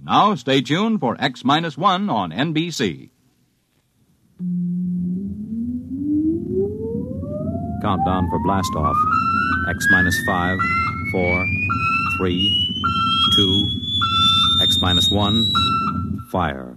Now, stay tuned for X Minus One on NBC. Countdown for blast off. X minus five, four, three, two, X minus one, fire.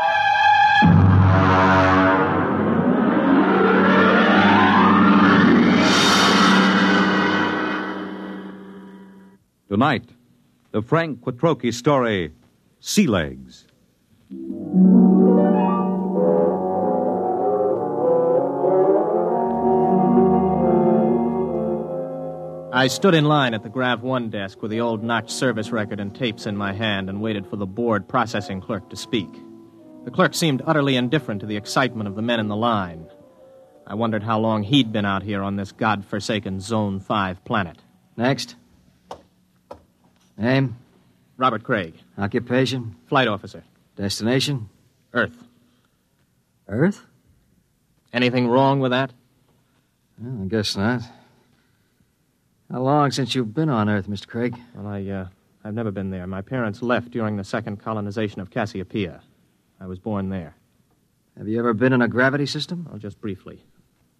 Tonight, the Frank Quattrocchi story, Sea Legs. I stood in line at the Grav 1 desk with the old Notch service record and tapes in my hand and waited for the bored processing clerk to speak. The clerk seemed utterly indifferent to the excitement of the men in the line. I wondered how long he'd been out here on this god-forsaken Zone 5 planet. Next. Name, Robert Craig, occupation, flight officer, destination, Earth. Earth? Anything wrong with that? Well, I guess not. How long since you've been on Earth, Mr. Craig? Well, I, uh, I've never been there. My parents left during the second colonization of Cassiopeia. I was born there. Have you ever been in a gravity system? Well, just briefly.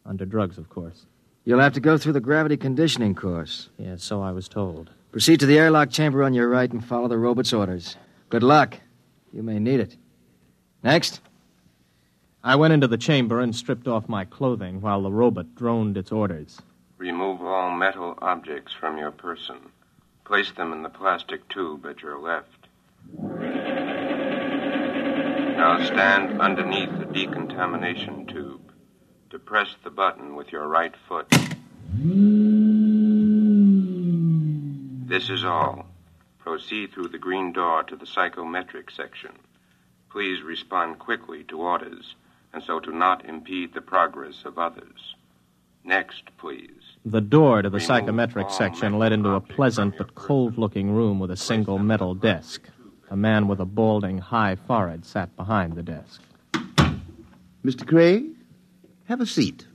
Under drugs, of course. You'll have to go through the gravity conditioning course. Yeah, so I was told. Proceed to the airlock chamber on your right and follow the robot's orders. Good luck. You may need it. Next. I went into the chamber and stripped off my clothing while the robot droned its orders. Remove all metal objects from your person. Place them in the plastic tube at your left. Now stand underneath the decontamination tube. Depress the button with your right foot. This is all. Proceed through the green door to the psychometric section. Please respond quickly to orders, and so to not impede the progress of others. Next, please. The door to the Remove psychometric all section metal led into a objects pleasant from your but cold looking room with a single metal desk. A man with a balding, high forehead sat behind the desk. Mr. Craig, have a seat.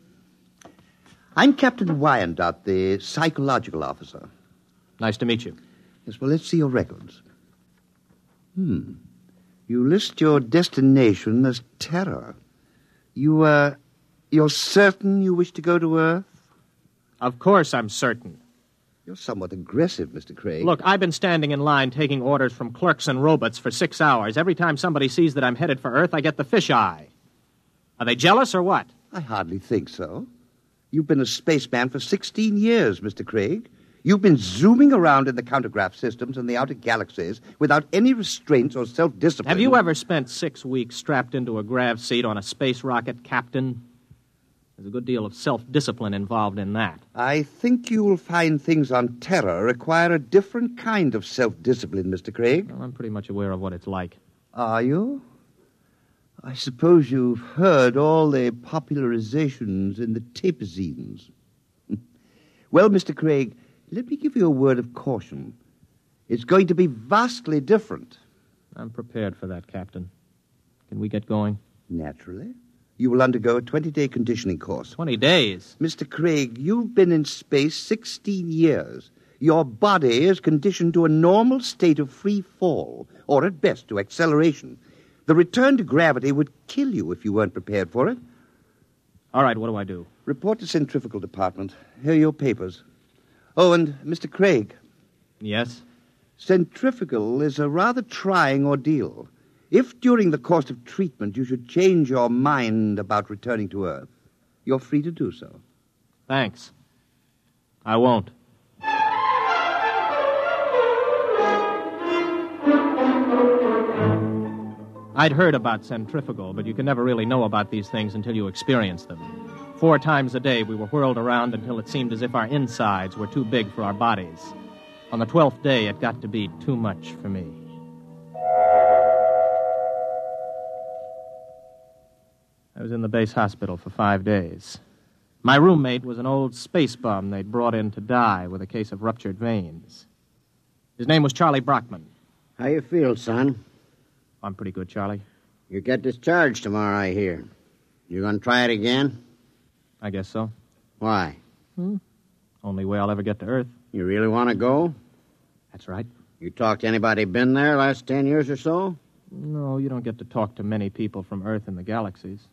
I'm Captain Wyandotte, the psychological officer. Nice to meet you. Yes, well, let's see your records. Hmm. You list your destination as terror. You, uh, you're certain you wish to go to Earth? Of course, I'm certain. You're somewhat aggressive, Mr. Craig. Look, I've been standing in line taking orders from clerks and robots for six hours. Every time somebody sees that I'm headed for Earth, I get the fish eye. Are they jealous or what? I hardly think so. You've been a spaceman for 16 years, Mr. Craig. You've been zooming around in the countergraph systems and the outer galaxies without any restraints or self discipline. Have you ever spent six weeks strapped into a grav seat on a space rocket, Captain? There's a good deal of self discipline involved in that. I think you will find things on Terra require a different kind of self discipline, Mr. Craig. Well, I'm pretty much aware of what it's like. Are you? I suppose you've heard all the popularizations in the tapazines. well, Mr. Craig, let me give you a word of caution. It's going to be vastly different. I'm prepared for that, Captain. Can we get going? Naturally. You will undergo a 20 day conditioning course. 20 days. Mr. Craig, you've been in space 16 years. Your body is conditioned to a normal state of free fall, or at best to acceleration. The return to gravity would kill you if you weren't prepared for it. All right, what do I do? Report to Centrifugal Department. Here are your papers. Oh, and Mr. Craig, Yes? Centrifugal is a rather trying ordeal. If during the course of treatment you should change your mind about returning to Earth, you're free to do so. Thanks. I won't. I'd heard about centrifugal, but you can never really know about these things until you experience them. Four times a day, we were whirled around until it seemed as if our insides were too big for our bodies. On the twelfth day, it got to be too much for me. I was in the base hospital for five days. My roommate was an old space bum they'd brought in to die with a case of ruptured veins. His name was Charlie Brockman. How you feel, son? I'm pretty good, Charlie. You get discharged tomorrow, I hear. You gonna try it again? I guess so. Why? Only way I'll ever get to Earth. You really want to go? That's right. You talk to anybody been there last ten years or so? No, you don't get to talk to many people from Earth and the galaxies.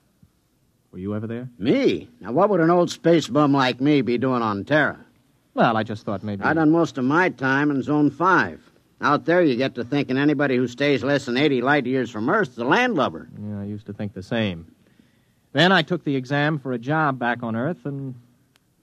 Were you ever there? Me? Now, what would an old space bum like me be doing on Terra? Well, I just thought maybe. I done most of my time in Zone 5. Out there, you get to thinking anybody who stays less than 80 light years from Earth's a landlubber. Yeah, I used to think the same. Then I took the exam for a job back on Earth, and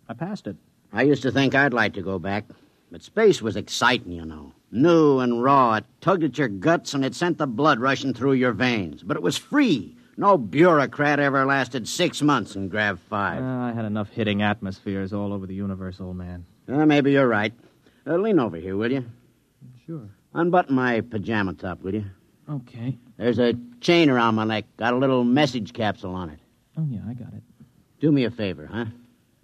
I passed it. I used to think I'd like to go back, but space was exciting, you know. New and raw. It tugged at your guts and it sent the blood rushing through your veins. But it was free. No bureaucrat ever lasted six months in Grav 5. Uh, I had enough hitting atmospheres all over the universe, old man. Uh, maybe you're right. Uh, lean over here, will you? Sure. Unbutton my pajama top, will you? Okay. There's a chain around my neck. Got a little message capsule on it. Oh, yeah, I got it. Do me a favor, huh?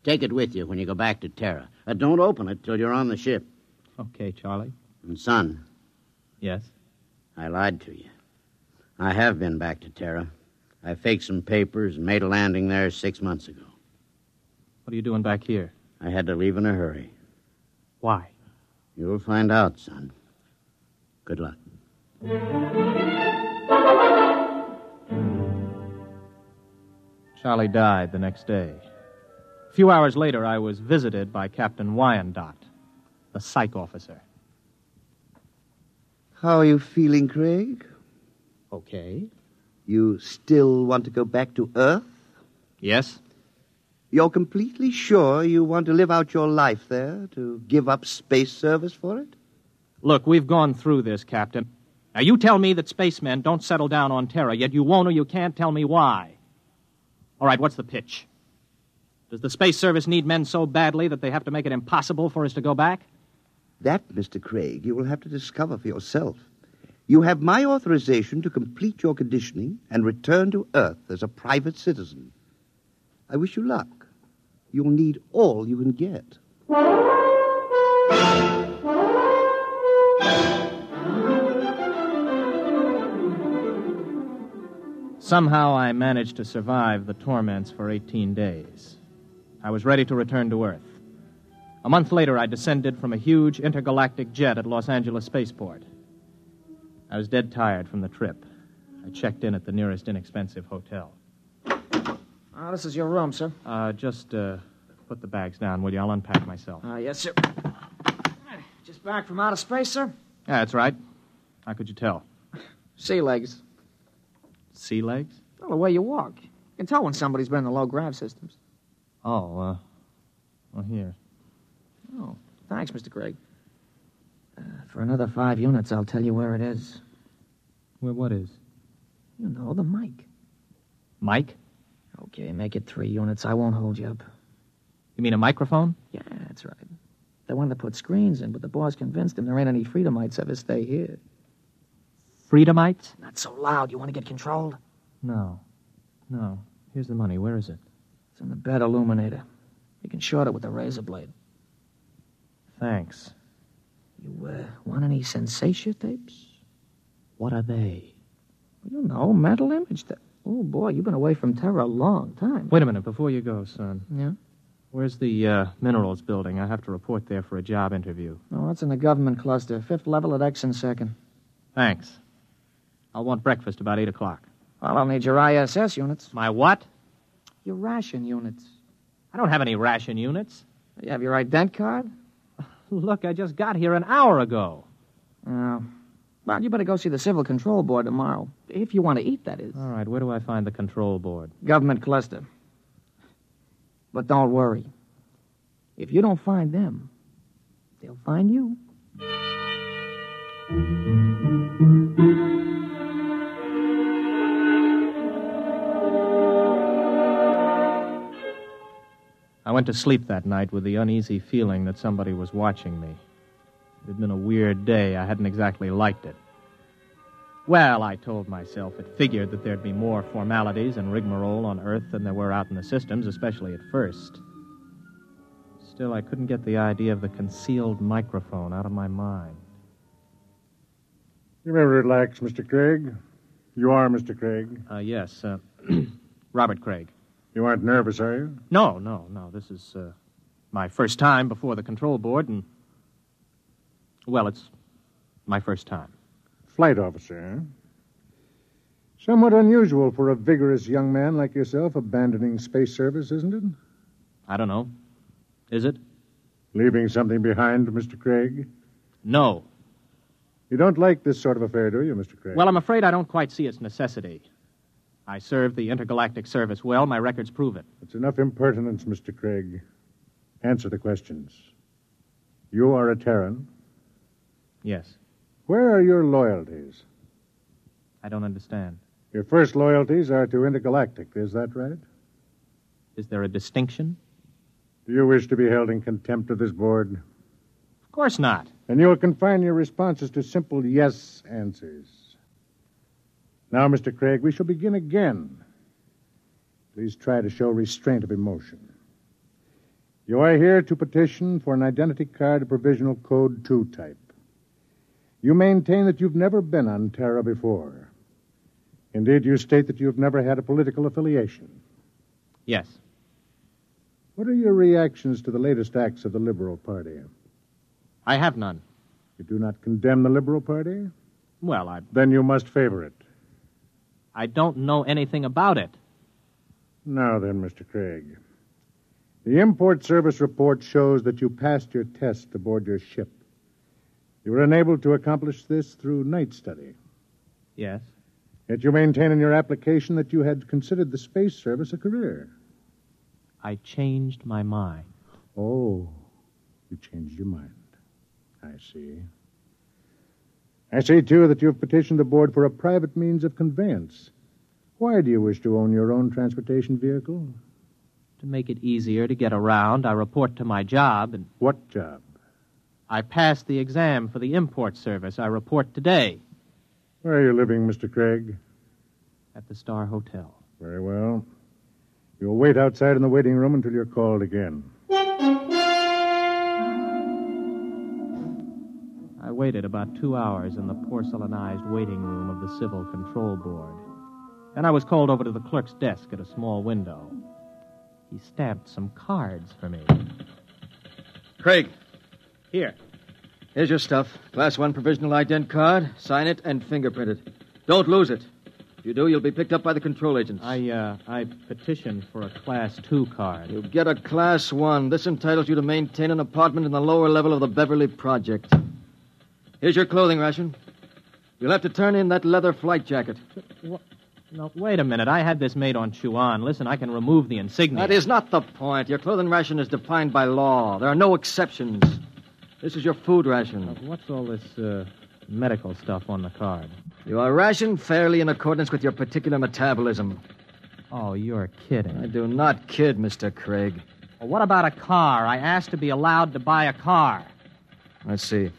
Take it with you when you go back to Terra. Uh, don't open it till you're on the ship. Okay, Charlie. And, son, Yes. I lied to you. I have been back to Terra. I faked some papers and made a landing there six months ago. What are you doing back here? I had to leave in a hurry. Why? You'll find out, son. Good luck. Charlie died the next day. A few hours later, I was visited by Captain Wyandotte, the psych officer. How are you feeling, Craig? Okay. You still want to go back to Earth? Yes? You're completely sure you want to live out your life there, to give up space service for it? Look, we've gone through this, Captain. Now, you tell me that spacemen don't settle down on Terra, yet you won't or you can't tell me why. All right, what's the pitch? Does the Space Service need men so badly that they have to make it impossible for us to go back? That, Mr. Craig, you will have to discover for yourself. You have my authorization to complete your conditioning and return to Earth as a private citizen. I wish you luck. You'll need all you can get. Somehow I managed to survive the torments for 18 days. I was ready to return to Earth. A month later, I descended from a huge intergalactic jet at Los Angeles Spaceport. I was dead tired from the trip. I checked in at the nearest inexpensive hotel. Ah, this is your room, sir. Uh, just uh, put the bags down, will you? I'll unpack myself. Ah, yes, sir. Just back from outer space, sir. Yeah, that's right. How could you tell? Sea legs. Sea legs? Well, the way you walk. You can tell when somebody's been in the low grav systems. Oh, uh, well, here. Oh, thanks, Mr. Gregg. Uh, for another five units, I'll tell you where it is. Where, what is? You know, the mic. Mike? Okay, make it three units. I won't hold you up. You mean a microphone? Yeah, that's right. They wanted to put screens in, but the boss convinced them there ain't any freedomites ever stay here. Freedomites? Not so loud. You want to get controlled? No. No. Here's the money. Where is it? It's in the bed illuminator. You can short it with a razor blade. Thanks. You uh, want any Sensatia tapes? What are they? You know, mental image. Ta- oh boy, you've been away from Terra a long time. Wait a minute. Before you go, son, Yeah. where's the uh, minerals building? I have to report there for a job interview. No, that's in the government cluster. Fifth level at X and second. Thanks. I'll want breakfast about 8 o'clock. Well, I'll need your ISS units. My what? Your ration units. I don't have any ration units. You have your ident card? Look, I just got here an hour ago. No. Uh, Well, you better go see the Civil Control Board tomorrow. If you want to eat, that is. All right, where do I find the control board? Government cluster. But don't worry. If you don't find them, they'll find you. I went to sleep that night with the uneasy feeling that somebody was watching me. It had been a weird day. I hadn't exactly liked it. Well, I told myself, it figured that there'd be more formalities and rigmarole on Earth than there were out in the systems, especially at first. Still, I couldn't get the idea of the concealed microphone out of my mind. You may relax, Mr. Craig. You are Mr. Craig. Uh, yes, uh, Robert Craig. You aren't nervous, are you? No, no, no. This is uh, my first time before the control board, and. Well, it's my first time. Flight officer, huh? Somewhat unusual for a vigorous young man like yourself abandoning space service, isn't it? I don't know. Is it? Leaving something behind, Mr. Craig? No. You don't like this sort of affair, do you, Mr. Craig? Well, I'm afraid I don't quite see its necessity. I served the intergalactic service well. My records prove it. It's enough impertinence, Mr. Craig. Answer the questions. You are a Terran. Yes. Where are your loyalties? I don't understand. Your first loyalties are to intergalactic, is that right? Is there a distinction? Do you wish to be held in contempt of this board? Of course not. Then you'll confine your responses to simple yes answers. Now, Mr. Craig, we shall begin again. Please try to show restraint of emotion. You are here to petition for an identity card of provisional code 2 type. You maintain that you've never been on Terra before. Indeed, you state that you've never had a political affiliation. Yes. What are your reactions to the latest acts of the Liberal Party? I have none. You do not condemn the Liberal Party? Well, I. Then you must favor it. I don't know anything about it. Now then, Mr. Craig. The import service report shows that you passed your test aboard your ship. You were enabled to accomplish this through night study. Yes. Yet you maintain in your application that you had considered the space service a career. I changed my mind. Oh, you changed your mind. I see. I see, too, that you have petitioned the board for a private means of conveyance. Why do you wish to own your own transportation vehicle? To make it easier to get around, I report to my job and. What job? I passed the exam for the import service. I report today. Where are you living, Mr. Craig? At the Star Hotel. Very well. You'll wait outside in the waiting room until you're called again. I waited about two hours in the porcelanized waiting room of the Civil Control Board. Then I was called over to the clerk's desk at a small window. He stamped some cards for me. Craig, Here. here's your stuff. Class 1 provisional ident card. Sign it and fingerprint it. Don't lose it. If you do, you'll be picked up by the control agents. I uh, I petitioned for a Class Two card. You get a Class 1. This entitles you to maintain an apartment in the lower level of the Beverly Project. Here's your clothing ration. You'll have to turn in that leather flight jacket. No, wait a minute. I had this made on Chuan. Listen, I can remove the insignia. That is not the point. Your clothing ration is defined by law. There are no exceptions. This is your food ration. What's all this uh, medical stuff on the card? You are rationed fairly in accordance with your particular metabolism. Oh, you're kidding. I do not kid, Mr. Craig. Well, what about a car? I asked to be allowed to buy a car. Let's see.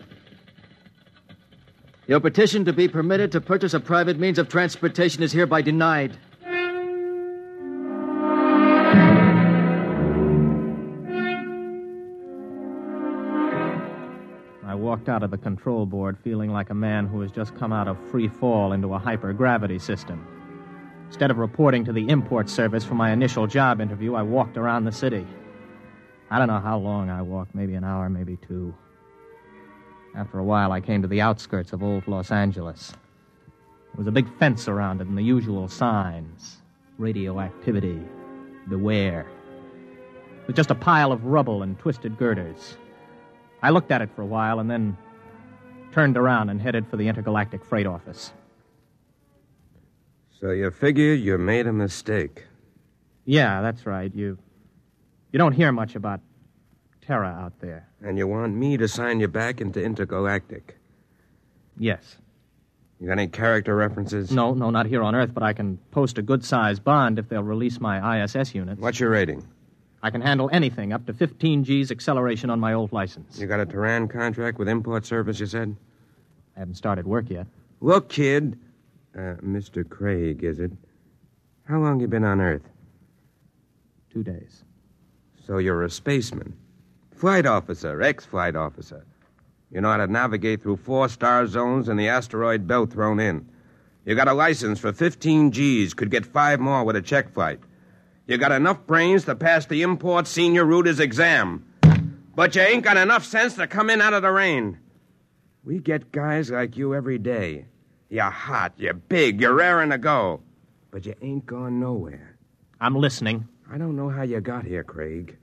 Your petition to be permitted to purchase a private means of transportation is hereby denied. I walked out of the control board feeling like a man who has just come out of free fall into a hypergravity system. Instead of reporting to the import service for my initial job interview, I walked around the city. I don't know how long I walked, maybe an hour, maybe two. After a while, I came to the outskirts of old Los Angeles. There was a big fence around it and the usual signs radioactivity, beware. It was just a pile of rubble and twisted girders. I looked at it for a while and then turned around and headed for the intergalactic freight office. So you figure you made a mistake. Yeah, that's right. You you don't hear much about terror out there. And you want me to sign you back into Intergalactic? Yes. You got any character references? No, no, not here on Earth, but I can post a good sized bond if they'll release my ISS units. What's your rating? I can handle anything up to 15 G's acceleration on my old license. You got a Tehran contract with Import Service, you said? I haven't started work yet. Look, kid. Uh, Mr. Craig, is it? How long you been on Earth? Two days. So you're a spaceman. Flight officer, ex flight officer. You know how to navigate through four star zones and the asteroid belt thrown in. You got a license for 15 G's, could get five more with a check flight. You got enough brains to pass the import senior rooters exam. But you ain't got enough sense to come in out of the rain. We get guys like you every day. You're hot, you're big, you're raring to go. But you ain't gone nowhere. I'm listening. I don't know how you got here, Craig.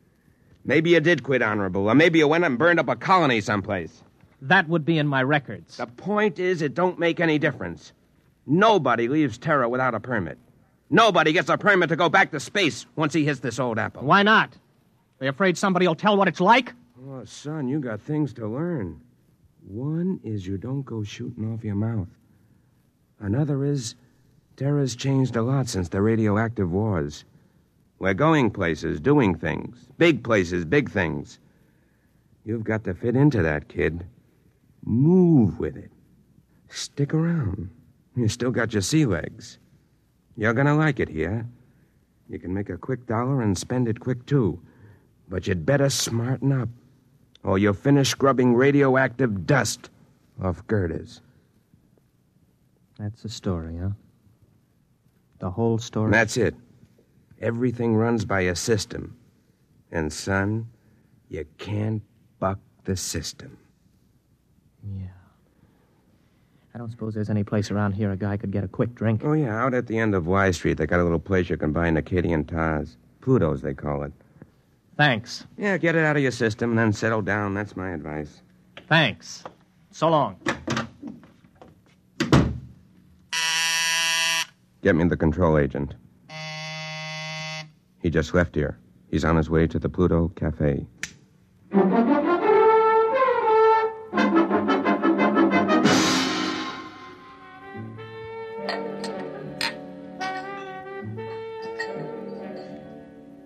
Maybe you did quit honorable, or maybe you went and burned up a colony someplace. That would be in my records. The point is, it don't make any difference. Nobody leaves Terra without a permit. Nobody gets a permit to go back to space once he hits this old apple. Why not? They afraid somebody will tell what it's like? Oh, son, you got things to learn. One is you don't go shooting off your mouth. Another is Terra's changed a lot since the radioactive wars. We're going places, doing things. Big places, big things. You've got to fit into that, kid. Move with it. Stick around. You still got your sea legs. You're gonna like it here. You can make a quick dollar and spend it quick, too. But you'd better smarten up, or you'll finish scrubbing radioactive dust off girders. That's the story, huh? The whole story? That's it. Everything runs by a system. And, son, you can't buck the system. Yeah. I don't suppose there's any place around here a guy could get a quick drink. Oh, yeah, out at the end of Y Street, they got a little place you can buy Acadian tars. Pluto's, they call it. Thanks. Yeah, get it out of your system and then settle down. That's my advice. Thanks. So long. Get me the control agent. He just left here. He's on his way to the Pluto Cafe.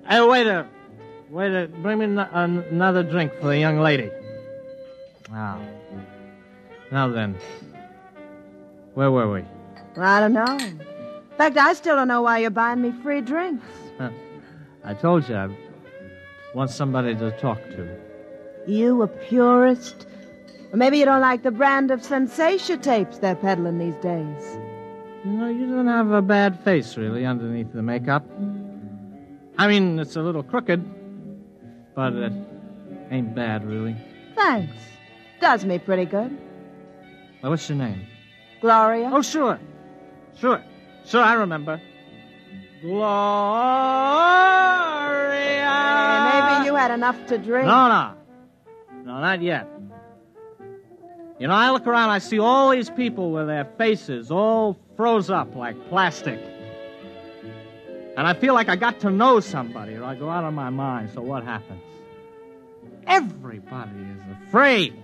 Hey, waiter. Waiter, bring me n- an- another drink for the young lady. Wow. Ah. Now then, where were we? I don't know. In fact, I still don't know why you're buying me free drinks. I told you I want somebody to talk to. You a purist? Or maybe you don't like the brand of Sensatia tapes they're peddling these days. You know, you don't have a bad face, really, underneath the makeup. I mean, it's a little crooked, but it ain't bad, really. Thanks. Does me pretty good. Well, what's your name? Gloria? Oh, sure. Sure. Sure, I remember. Gloria! Maybe you had enough to drink. No, no. No, not yet. You know, I look around, I see all these people with their faces all froze up like plastic. And I feel like I got to know somebody or I go out of my mind. So what happens? Everybody is afraid.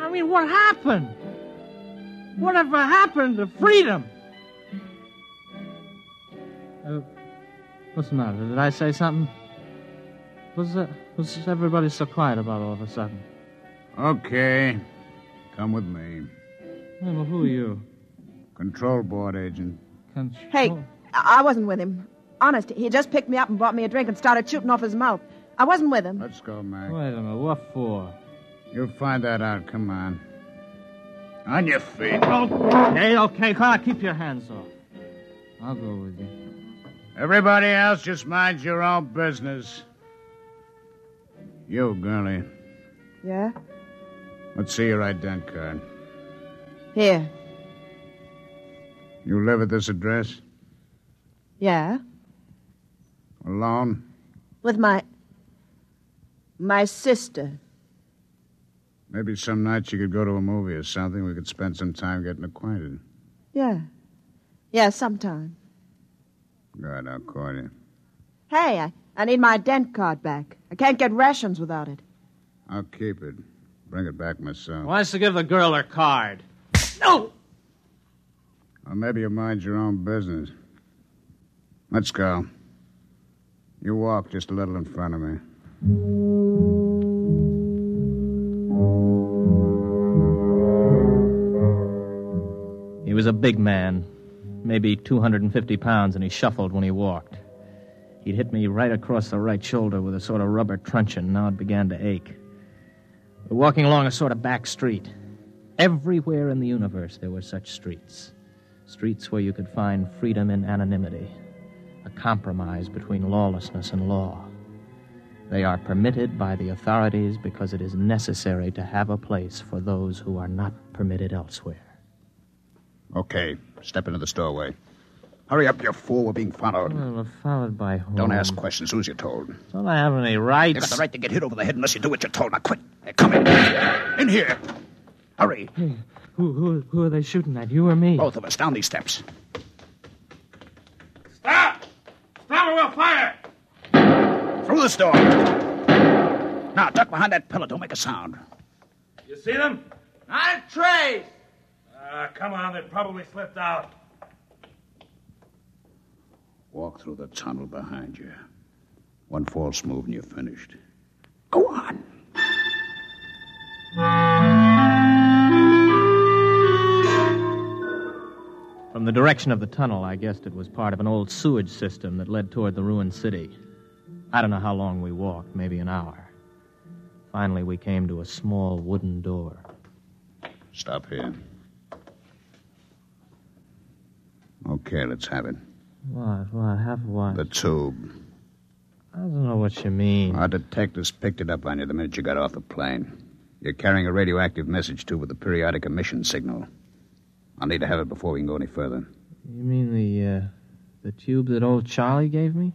I mean, what happened? Whatever happened to freedom? Uh, what's the matter? Did I say something? Was, uh, was everybody so quiet about all of a sudden? Okay. Come with me. Hey, well, who are you? Control board agent. Control. Hey, I-, I wasn't with him. Honest, he just picked me up and bought me a drink and started shooting off his mouth. I wasn't with him. Let's go, Mac. Wait a minute. What for? You'll find that out. Come on. On your feet. Okay, Oh, okay. Carl, keep your hands off. I'll go with you. Everybody else, just mind your own business. You, girlie. Yeah? Let's see your ident card. Here. You live at this address? Yeah? Alone? With my. my sister. Maybe some night you could go to a movie or something. We could spend some time getting acquainted. Yeah. Yeah, sometime. Good, I'll call you. Hey, I, I need my dent card back. I can't get rations without it. I'll keep it. Bring it back myself. Wants to give the girl her card. No! Well, maybe you mind your own business. Let's go. You walk just a little in front of me. He was a big man, maybe 250 pounds, and he shuffled when he walked. He'd hit me right across the right shoulder with a sort of rubber truncheon. Now it began to ache. We're walking along a sort of back street. Everywhere in the universe there were such streets. Streets where you could find freedom in anonymity, a compromise between lawlessness and law. They are permitted by the authorities because it is necessary to have a place for those who are not permitted elsewhere. Okay, step into the doorway. Hurry up, you fool. We're being followed. we're followed by whom? Don't ask questions. Who's you told? Don't I have any rights? You got the right to get hit over the head unless you do what you're told. Now, quit. Hey, come in. In here. Hurry. Who, who, who are they shooting at? You or me? Both of us down these steps. Stop! Stop or we'll fire! Through this door. Now, duck behind that pillar. Don't make a sound. You see them? Not a trace! Ah, come on. They probably slipped out. Walk through the tunnel behind you. One false move and you're finished. Go on. From the direction of the tunnel, I guessed it was part of an old sewage system that led toward the ruined city. I don't know how long we walked, maybe an hour. Finally, we came to a small wooden door. Stop here. Okay, let's have it. What? What? Have what? The tube. I don't know what you mean. Our detectives picked it up on you the minute you got off the plane. You're carrying a radioactive message tube with a periodic emission signal. I'll need to have it before we can go any further. You mean the uh, the tube that old Charlie gave me?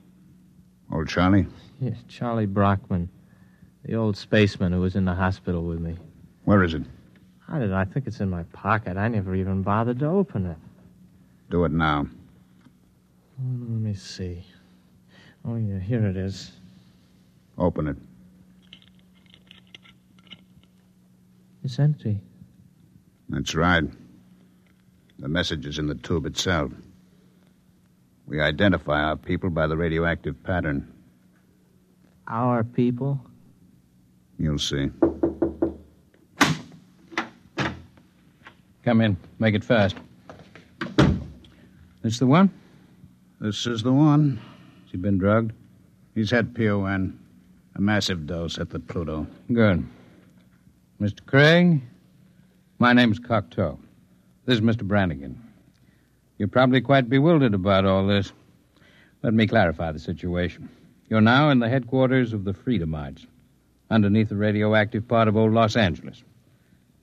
Old Charlie? Yeah, Charlie Brockman, the old spaceman who was in the hospital with me. Where is it? I don't know. I think it's in my pocket. I never even bothered to open it. Do it now. Oh, Let me see. Oh, yeah, here it is. Open it. It's empty. That's right. The message is in the tube itself. We identify our people by the radioactive pattern. Our people? You'll see. Come in. Make it fast. This the one? This is the one. Has he been drugged? He's had PON. A massive dose at the Pluto. Good. Mr. Craig, my name's Cocteau. This is Mr. Brannigan. You're probably quite bewildered about all this. Let me clarify the situation. You're now in the headquarters of the Freedomites, underneath the radioactive part of old Los Angeles.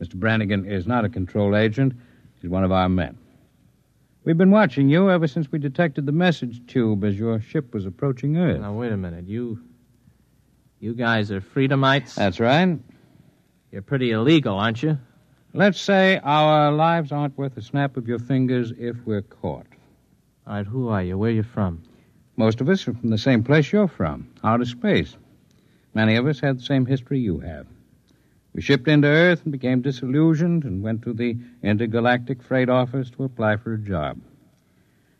Mr. Brannigan is not a control agent, he's one of our men. We've been watching you ever since we detected the message tube as your ship was approaching Earth. Now, wait a minute. You. You guys are freedomites? That's right. You're pretty illegal, aren't you? Let's say our lives aren't worth a snap of your fingers if we're caught. All right, who are you? Where are you from? Most of us are from the same place you're from, outer space. Many of us had the same history you have. We shipped into Earth and became disillusioned and went to the intergalactic freight office to apply for a job.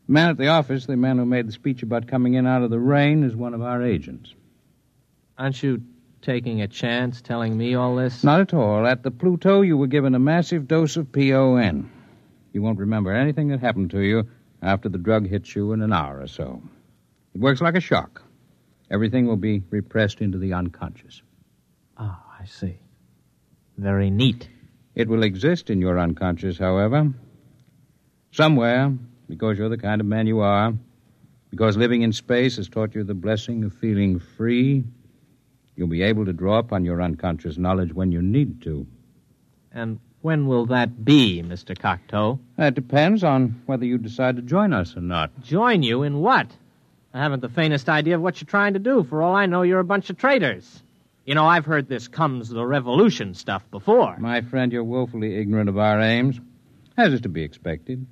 The man at the office, the man who made the speech about coming in out of the rain, is one of our agents. Aren't you taking a chance telling me all this? Not at all. At the Pluto, you were given a massive dose of PON. You won't remember anything that happened to you after the drug hits you in an hour or so. It works like a shock. Everything will be repressed into the unconscious. Ah, oh, I see. Very neat. It will exist in your unconscious, however. Somewhere, because you're the kind of man you are, because living in space has taught you the blessing of feeling free, you'll be able to draw upon your unconscious knowledge when you need to. And when will that be, Mr. Cocteau? That depends on whether you decide to join us or not. Join you in what? I haven't the faintest idea of what you're trying to do. For all I know, you're a bunch of traitors. You know, I've heard this comes the revolution stuff before. My friend, you're woefully ignorant of our aims, as is to be expected.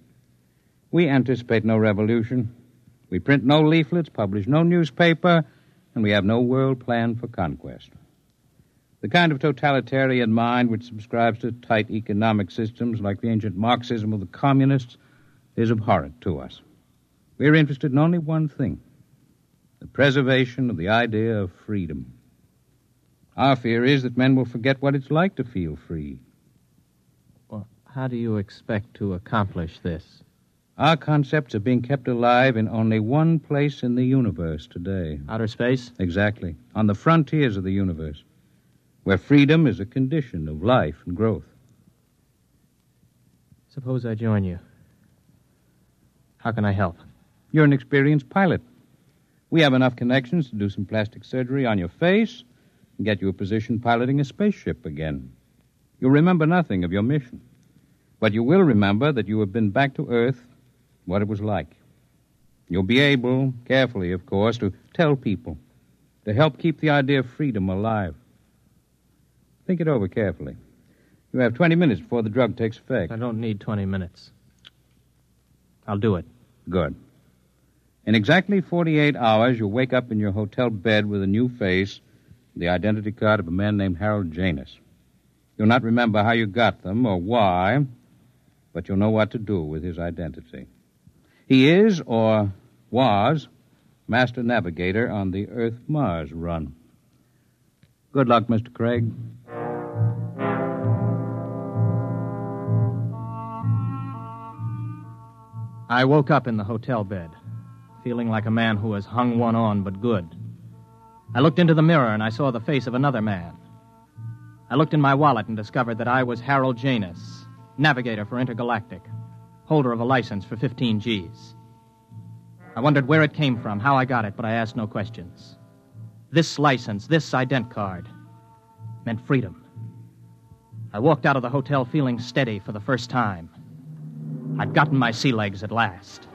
We anticipate no revolution. We print no leaflets, publish no newspaper, and we have no world plan for conquest. The kind of totalitarian mind which subscribes to tight economic systems like the ancient Marxism of the communists is abhorrent to us. We are interested in only one thing the preservation of the idea of freedom. Our fear is that men will forget what it's like to feel free. Well, how do you expect to accomplish this? Our concepts are being kept alive in only one place in the universe today outer space? Exactly. On the frontiers of the universe, where freedom is a condition of life and growth. Suppose I join you. How can I help? You're an experienced pilot. We have enough connections to do some plastic surgery on your face and get you a position piloting a spaceship again. You'll remember nothing of your mission, but you will remember that you have been back to Earth, what it was like. You'll be able, carefully, of course, to tell people, to help keep the idea of freedom alive. Think it over carefully. You have 20 minutes before the drug takes effect. I don't need 20 minutes. I'll do it. Good. In exactly 48 hours, you'll wake up in your hotel bed with a new face, the identity card of a man named Harold Janus. You'll not remember how you got them or why, but you'll know what to do with his identity. He is, or was, master navigator on the Earth Mars run. Good luck, Mr. Craig. I woke up in the hotel bed, feeling like a man who has hung one on but good. I looked into the mirror and I saw the face of another man. I looked in my wallet and discovered that I was Harold Janus, navigator for Intergalactic, holder of a license for 15 G's. I wondered where it came from, how I got it, but I asked no questions. This license, this ident card, meant freedom. I walked out of the hotel feeling steady for the first time. I'd gotten my sea legs at last.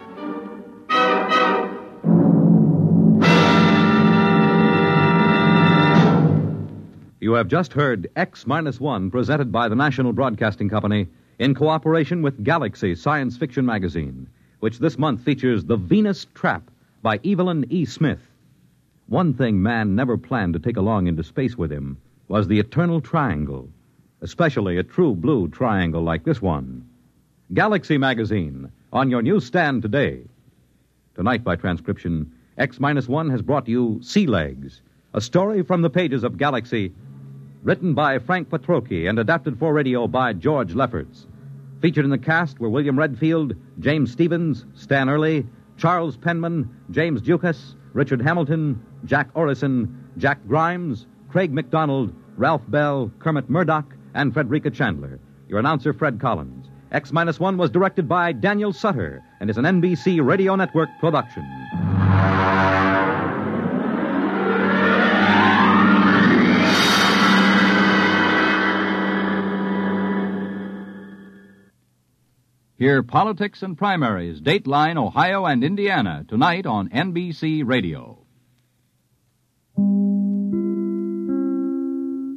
You have just heard X Minus One presented by the National Broadcasting Company in cooperation with Galaxy Science Fiction Magazine, which this month features The Venus Trap by Evelyn E. Smith. One thing man never planned to take along into space with him was the eternal triangle, especially a true blue triangle like this one. Galaxy Magazine, on your newsstand today. Tonight, by transcription, X Minus One has brought you Sea Legs, a story from the pages of Galaxy written by Frank Petrocchi and adapted for radio by George Lefferts. Featured in the cast were William Redfield, James Stevens, Stan Early, Charles Penman, James Dukas, Richard Hamilton, Jack Orison, Jack Grimes, Craig McDonald, Ralph Bell, Kermit Murdoch, and Frederica Chandler. Your announcer, Fred Collins. X Minus One was directed by Daniel Sutter and is an NBC Radio Network production. Hear politics and primaries, Dateline, Ohio, and Indiana tonight on NBC Radio.